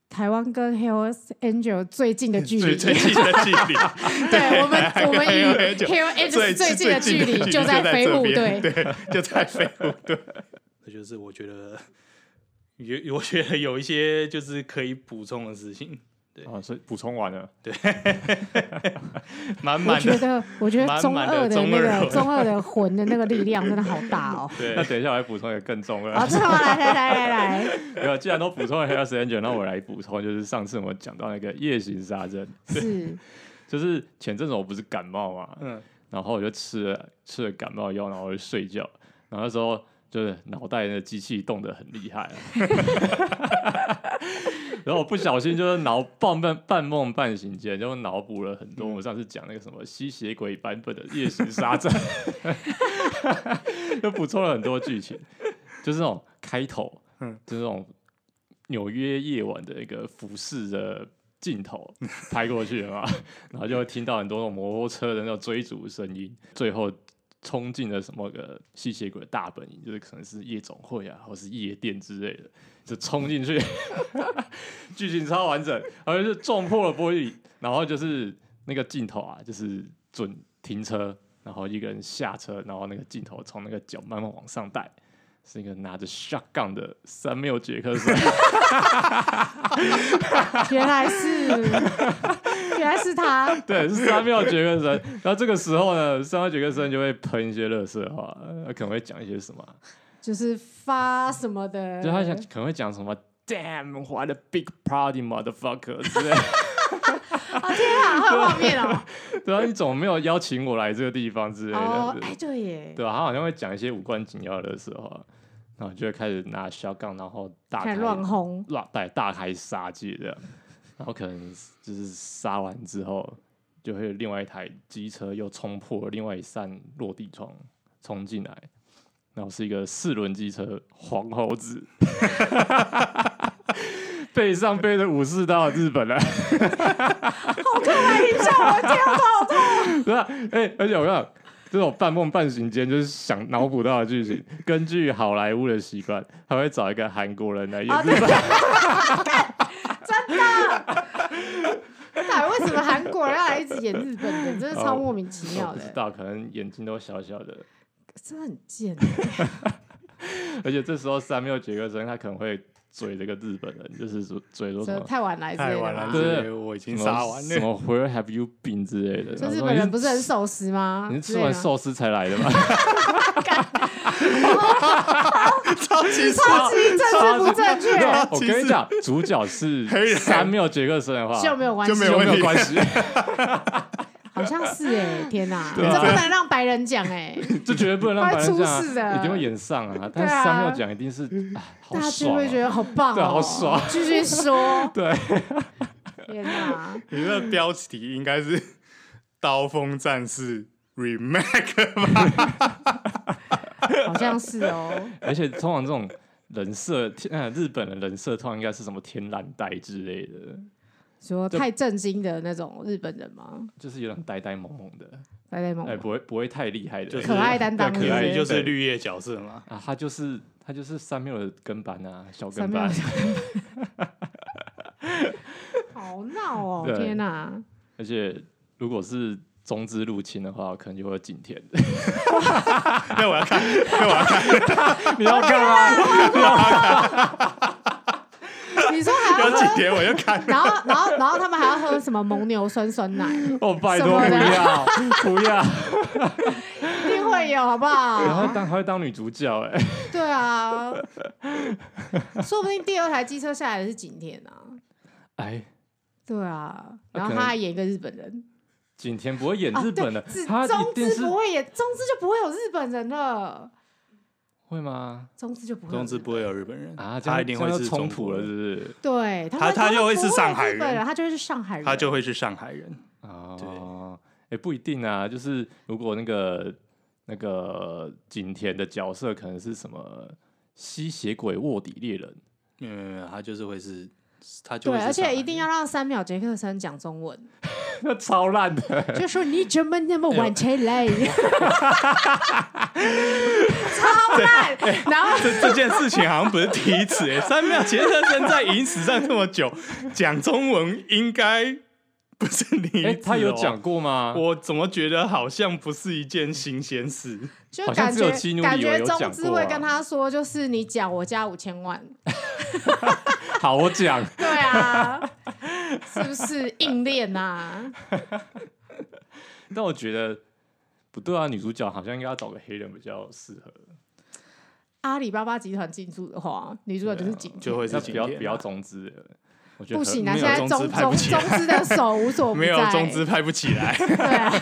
A: 台湾跟 Hell Angel 最近的距离。
B: 最近的距离，
A: 对我们， 我们与
B: Hell Angel
A: Hell Angel
B: 最
A: 最近的距
B: 最近的距
A: 离
B: 离
A: 就在
B: 在
A: 飞
B: 这
A: 虎
B: 边
A: 队。
B: 就在飞虎队， 这就是我觉得有我觉得有一些就是可以补充的事情。对
C: 啊，所以补充完了，
B: 满
A: 我
B: 满
A: 觉
B: 的。
A: 得，我觉得
B: 满
A: 中
B: 满
A: 二
B: 的
A: 的
B: 中
A: 那
B: 二
A: 个
B: 魂。
A: 中二的魂的那个力量真的好大哦
B: 对
C: 那，等一下我来补充一个更重的。
A: 好，这么来来来来来，
C: 没有，既然都补充了 Hell's Angel，那我来补充，就是上次我们讲到那个夜行杀阵，
A: 是
C: 就是前阵子我不是感冒嘛，
B: 嗯，
C: 然后我就吃了吃了感冒药，然后我就睡觉，然后那时候就是脑袋的机器动得很厉害、啊， 然后我不小心就是脑半半半梦半醒间就脑补了很多
B: 嗯
C: 我上次讲那个什么吸血鬼版本的夜行杀阵， 就补充了很多剧情，就是那种开头，
B: 嗯
C: 就是那种纽约夜晚的一个服饰的 镜头拍过去了嘛，然后就会听到很多那种摩托车的那种追逐声音，最后冲进了什么个吸血鬼大本营，就是可能是夜总会啊，或是夜店之类的，就冲进去， 剧情超完整，然后就是撞破了玻璃，然后就是那个镜头啊，就是准停车，然后一个人下车，然后那个镜头从那个脚慢慢往上带。是一个拿着 shotgun 的三缪杰克森，
A: 原来是原来是他，
C: 对，是三秒杰克森。然后这个时候呢，三秒杰克森就会喷一些乐色话，呃可能会讲一些什么啊，
A: 就是发什么的，
C: 就他想可能会讲什么 “damn what a big party motherfucker” 之类的。
A: 啊天啊，还有画面哦，
C: 对啊，你怎么没有邀请我来这个地方之类
A: 哦
C: 的？，
A: 哎对耶，
C: 对啊，他好像会讲一些无关紧要的时候，然后就会开始拿小杠，然后大
A: 开
C: 开
A: 始乱轰，
C: 乱对大开杀戒这样，然后可能就是杀完之后，就会有另外一台机车又冲破另外一扇落地窗冲进来，然后是一个四轮机车黄猴子， 背上背着武士刀的日本人，对啊， 哎、而且我看这种半梦半醒间就是想脑补到的剧情，根据好莱坞的习惯，还会找一个韩国人来演
A: 啊
C: 日本。
A: 哎，为什么韩国人要来一直演日本人，真的超
C: 哦
A: 莫名其
C: 我
A: 妙
C: 不知
A: 的，
C: 道，可能眼睛都小小的，
A: 真的很贱。
C: 而且这时候三缪杰克森他可能会嘴这个日本人，就是说嘴说什
A: 这
C: 么
A: 太晚来之
B: 太
A: 类的
B: 晚
A: 吧
B: 了，
C: 对
B: 这个我已经杀完
C: 什
B: 了。
C: 么 Where have you been 之类的。
A: 所以
C: 然后
A: 日
C: 说
A: 本
C: 你
A: 人不是啊很守时吗？
C: 你是
A: 之
C: 吃
A: 类的
C: 完
A: 吗
C: 寿司才来的 吗？
B: 超级
A: 超级政治不正确，
C: 我跟你讲，主角是
B: 黑人
C: 三缪杰克森的话，
A: 就没有关系，
B: 就没
C: 就
B: 有
C: 没
B: 问
C: 有
B: 题
C: 关系，
A: 好像是哎，天哪，这
C: 对啊
A: 不能让白人讲哎，
C: 这绝对不能让白人
A: 会
C: 这
A: 出事的
C: 样，一定会演上啊。但
A: 对啊
C: 是三缪讲一定是，哎 好
A: 大家就
C: 爽
A: 会觉
C: 啊。
A: 得好棒
C: 对
A: 哦，
C: 好爽，
A: 继续说，
C: 对，
A: 天哪，
B: 你的标题应该是《刀锋战士 Remake》吧？
A: 好像是哦，
C: 而且通常这种人设，天呃日本的人设通常应该是什么天蓝呆之类的，
A: 说太震惊的那种日本人吗？
C: 就是有点呆呆萌萌的。
A: 呆呆萌
C: 哎、，不会不会太厉害的，
B: 就是
A: 哦可爱担当，
C: 对可爱
A: 是不是
B: 就是是绿叶角色嘛。
C: 啊，他就是他就是三缪的跟班啊，小
A: 三
C: 跟
A: 秒
C: 班，
A: 小好闹哦！
C: 对
A: 天哪，
C: 而且如果是中资入侵的话，可能就会景 天。
B: 那我要看，那我要看，
C: 你要看吗？
A: 你说还要
B: 有几
A: 喝，
B: 天我就看。
A: 然后然后然后他们还要喝什么蒙牛酸酸奶，一
C: 哦，拜托
A: 什么
C: 不
A: 的
C: 要不要，
A: 定会有，好不
C: 然后
B: 啊
A: 好？
C: 当还会当女主角哎、
A: 对啊，说不定第二台机车下来的是景天啊。
C: 哎，
A: 对啊，
C: 那
A: 然后
C: 可能
A: 他还演一个日本人，
C: 景天不会演
A: 啊
C: 日本的，
A: 对
C: 他
A: 中
C: 一定
A: 资
C: 是
A: 不会演，中资就不会有日本人了，
C: 会吗？
A: 中资就不会有日本
B: 中
A: 人，
B: 之不会有日本人
C: 啊，这样
B: 他一定
C: 这
B: 会
C: 样
B: 是
C: 就冲突了，
B: 中
C: 是不是？
A: 对他
B: 他
A: 们
B: 他
A: 们
B: 就会
A: 不
B: 是上
A: 有
B: 海
A: 日本
B: 人
A: 人，他就会是上海
B: 国
A: 人，
B: 他就会是上海人。
C: 哦，哎、不一定啊，就是如果那个那个景田的角色可能是什么吸血鬼卧底猎人，
B: 没有没有没有，他就是会是，他就会
A: 对，
B: 是
A: 而
B: 上海
A: 且一
B: 人
A: 定要让三秒杰克森讲中文，
C: 那超烂的。
A: 就说你怎么那么晚才来？ 超烂，然后
B: 这这件事情好像不是第一次哎、三秒杰克森在影史上这么久，讲中文应该不是第一次、哦
C: 哎、他有，讲过吗？
B: 我怎么觉得好像不是一件新鲜事？
A: 就
C: 好像
A: 感
C: 只有
A: 觉
C: 基努里
A: 感
C: 维
A: 觉
C: 有
A: 中
C: 讲
A: 资
C: 过
A: 会
C: 啊
A: 跟他说，就是你讲我加五千万，
C: 好，我讲，
A: 对啊，是不是啊硬练呐、
C: 但我觉得不对啊，女主角好像应该要找个黑人比较适合，
A: 阿里巴巴集团进驻的话，女主角就是景
B: 就会
C: 那
B: 是
C: 不
B: 今
C: 要
B: 天啊
C: 不要中资的，我觉得
A: 不行啊！
B: 没
A: 现在
B: 有中
A: 中
B: 资拍
A: 中
B: 不起来
A: 中资的手无所不在，
B: 没有中资拍不起 来，
A: 对啊，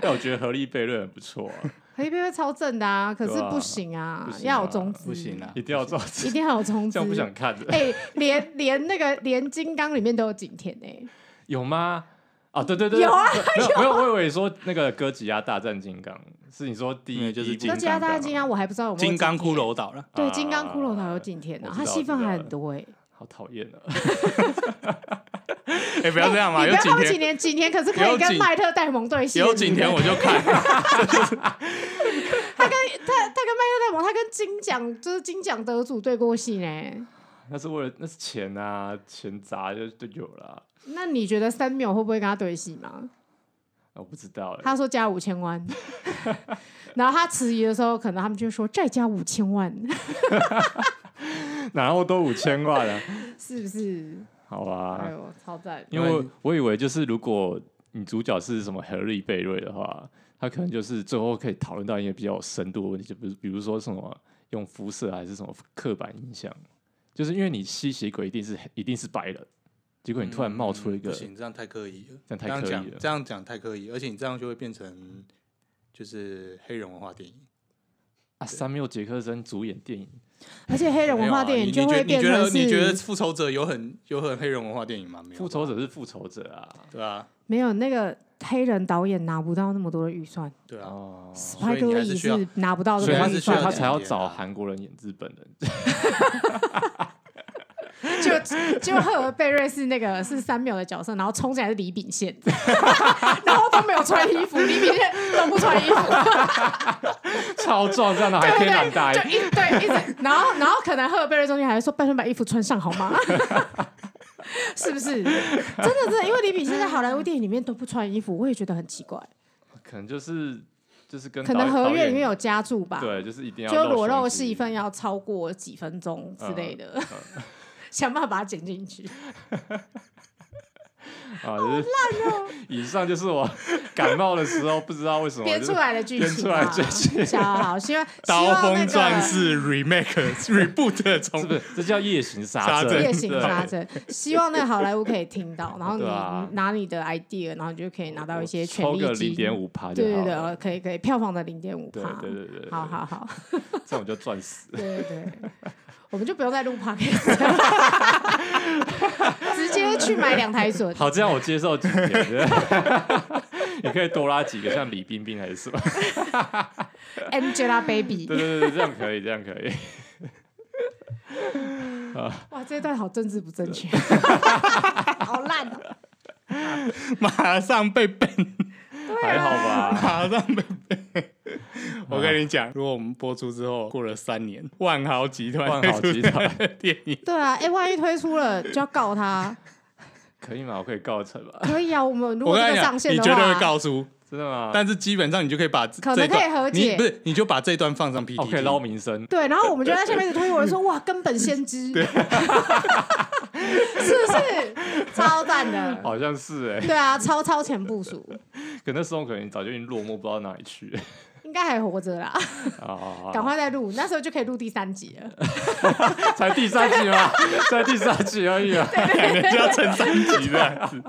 C: 但我觉得合力贝瑞很不错啊，
A: 黑贝贝超正的啊，可是
C: 对啊
A: 不行啊，
C: 不行啊
A: 要有中资，
B: 不行啊，
A: 嗯
C: 一定要中资，
A: 一定要有中资，
C: 这样不想看的。
A: 哎、连连那个连金刚里面都有景甜哎、
C: 有吗？啊，对对对，
A: 有啊
C: 没有，没有，我以为你说那个哥吉拉大战金刚是你说第
B: 没
C: 一
B: 有就是
C: 第一
A: 那
C: 部
A: 其他大家
C: 对吧
A: 金刚我还不知道有没有
B: 金刚
A: 景
B: 骷
A: 甜
B: 髅岛了。
A: 对
C: 啊
A: 金刚骷髅岛有景甜啊
C: 我，知
A: 他
C: 道
A: 戏份还很多哎、
C: 好讨厌 啊！
B: 哎、不要这样嘛，
A: 你不
B: 有
A: 要
B: 景
A: 看不起
B: 甜，
A: 年景甜，可是可以
B: 有
A: 跟
B: 景
A: 麦特戴蒙对戏的
B: 有
A: 女人。
B: 景甜我就看。
A: 他他跟麦特戴蒙，他跟金奖就是金奖得主对过戏呢。
C: 那是为了那是钱啊，钱砸就就有了啊、
A: 那你觉得三秒会不会跟他对戏吗？
C: 我不知道哎、
A: 他说加五千万， 然后他迟疑的时候，可能他们就说再加五千万，
C: 然后都五千万了、
A: 是不是？
C: 好啊
A: 哎
C: 吧？
A: 呦，超赞！
C: 因为我我以为就是如果你主角是什么亨利贝瑞的话，他可能就是最后可以讨论到一个比较有深度的问题，就比如比如说什么用肤色还是什么刻板印象，就是因为你吸血鬼一定是一定是白人，结果你突然冒出一
B: 嗯
C: 个
B: 不行，这样太刻意了，
C: 这样太刻意了
B: 这样讲这样讲太刻意，而且你这样就会变成就是黑人文化电影。
C: 啊，三缪杰克森主演电影，
A: 而且黑人文化
B: 没有啊
A: 电影
B: 你
A: 就会
B: 你
A: 变
B: 觉你觉
A: 成
B: 得你觉得
A: 是
B: 复仇者有很有很黑人文化电影吗？没有吧，
C: 复仇者是复仇者啊，
B: 对啊，
A: 没有那个黑人导演拿不到那么多的预算
B: 对啊，
C: 哦，
B: 所以你
A: ，Spike
B: 还是
A: Lee
B: 需要
A: 是拿不到这
C: 所以
A: 个
C: 他
A: 预
B: 需
C: 所以
B: 要
C: 他
A: 算，
C: 才要
B: 演
C: 找
B: 啊
C: 韩国人演日本人，
A: 就就赫尔贝瑞是那个是三秒的角色，然后冲起来是李秉宪， 然后都没有穿衣服，李秉宪都不穿衣服，
C: 超壮，这样的还可以染大衣
A: 就。一对一直，然后然后可能赫尔贝瑞中间还会说：“拜托把衣服穿上好吗？” 是不是？真的真的，因为李秉宪在好莱坞电影里面都不穿衣服，我也觉得很奇怪。
C: 可能就是就是跟
A: 可能
C: 导
A: 合
C: 演
A: 约里面有加注吧，
C: 对，就是一定要
A: 就裸露
C: 胸肌
A: 戏份要超过几分钟之类的， 想办法把它剪进去。
C: 啊，就是
A: 哦
C: 以上就是我感冒的时候不知道为什么
A: 编
C: 哦就
A: 出来的剧情啊，
C: 编出来的剧情
A: 小好，希 望希
B: 刀
A: 望那
B: 锋战
A: 个
B: 士 remake reboot 的
C: 是
B: 重
C: 不是这叫夜行
B: 杀
C: 杀
B: 阵
A: 夜行杀
C: 对
A: 阵，希望那个好莱坞可以听到，然后你
C: 对啊
A: 你拿你的 idea，然后你就可以拿到一些权
C: 抽
A: 利
C: 个
A: 金
C: 零点，五趴就
A: 对对
C: 好
A: 对，
C: 了
A: 呃。可以可以，票房的零点五
C: 对
A: 趴，
C: 对对对对，
A: 哦好好 好，
C: 这样我就赚死。
A: 对对对，我们就不用 再录 p o d 直接去买两 台笋，
C: 好，这样我接受几年。 对你可以多拉几个，像李冰冰还是什么？
A: Angelababy，
C: 对对对对，这样可以，这样可以。
A: 哇，这一段好政治不正确， 好烂哦、
B: 马上被
A: 啊
B: ban
C: 还好吧？
B: 马上被 背。我跟你讲，如果我们播出之后过了三年，万豪集团
C: 万豪集 团
B: 的电影，
A: 对啊，哎、万一推出了就要告他，
C: 可以吗？我可以告成吧？
A: 可以啊。我们如
B: 我
A: 果
B: 跟
A: 这
B: 你
A: 个
B: 讲，
A: 上线
B: 你
A: 的
B: 绝
A: 话，
B: 对会告输。
C: 真的吗？
B: 但是基本上你就可以把
A: 可能
B: 这一段
A: 可以和解
B: 你不是你就把这一段放上 PPT，、
C: 哦，可以捞名 声。
A: 对，然后我们就在下面一直推我 说哇，根本先知， 是不是超赞的？
C: 好像是哎、
A: 对啊，超超前部署，
C: 可那时候可能早就已经落寞，不知道哪里去了
A: 应该还活着啦，
C: 啊！
A: 赶快再录，那时候就可以录第三集了。
C: 才第三集 吗？才第三集而已啊！
B: 两个就要成三集这样子。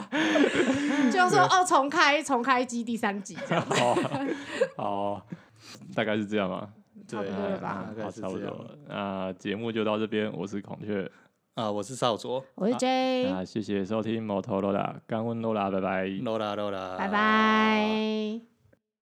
A: 就说哦，重开重开机第三集这样，
C: 好，好，哦大概是这样吧。
A: 差不
B: 对
A: 多
C: 哎
A: 了
C: 好
A: 吧
B: 大？概是
C: 差不
B: 这
C: 多
B: 样
C: 了。那节目就到这边，我是孔雀，
B: 啊、我是少佐，
A: 我是 J，
C: 那谢谢收听摩托罗拉，干温罗拉，拜拜。
B: 罗拉罗拉，
A: 拜。拜。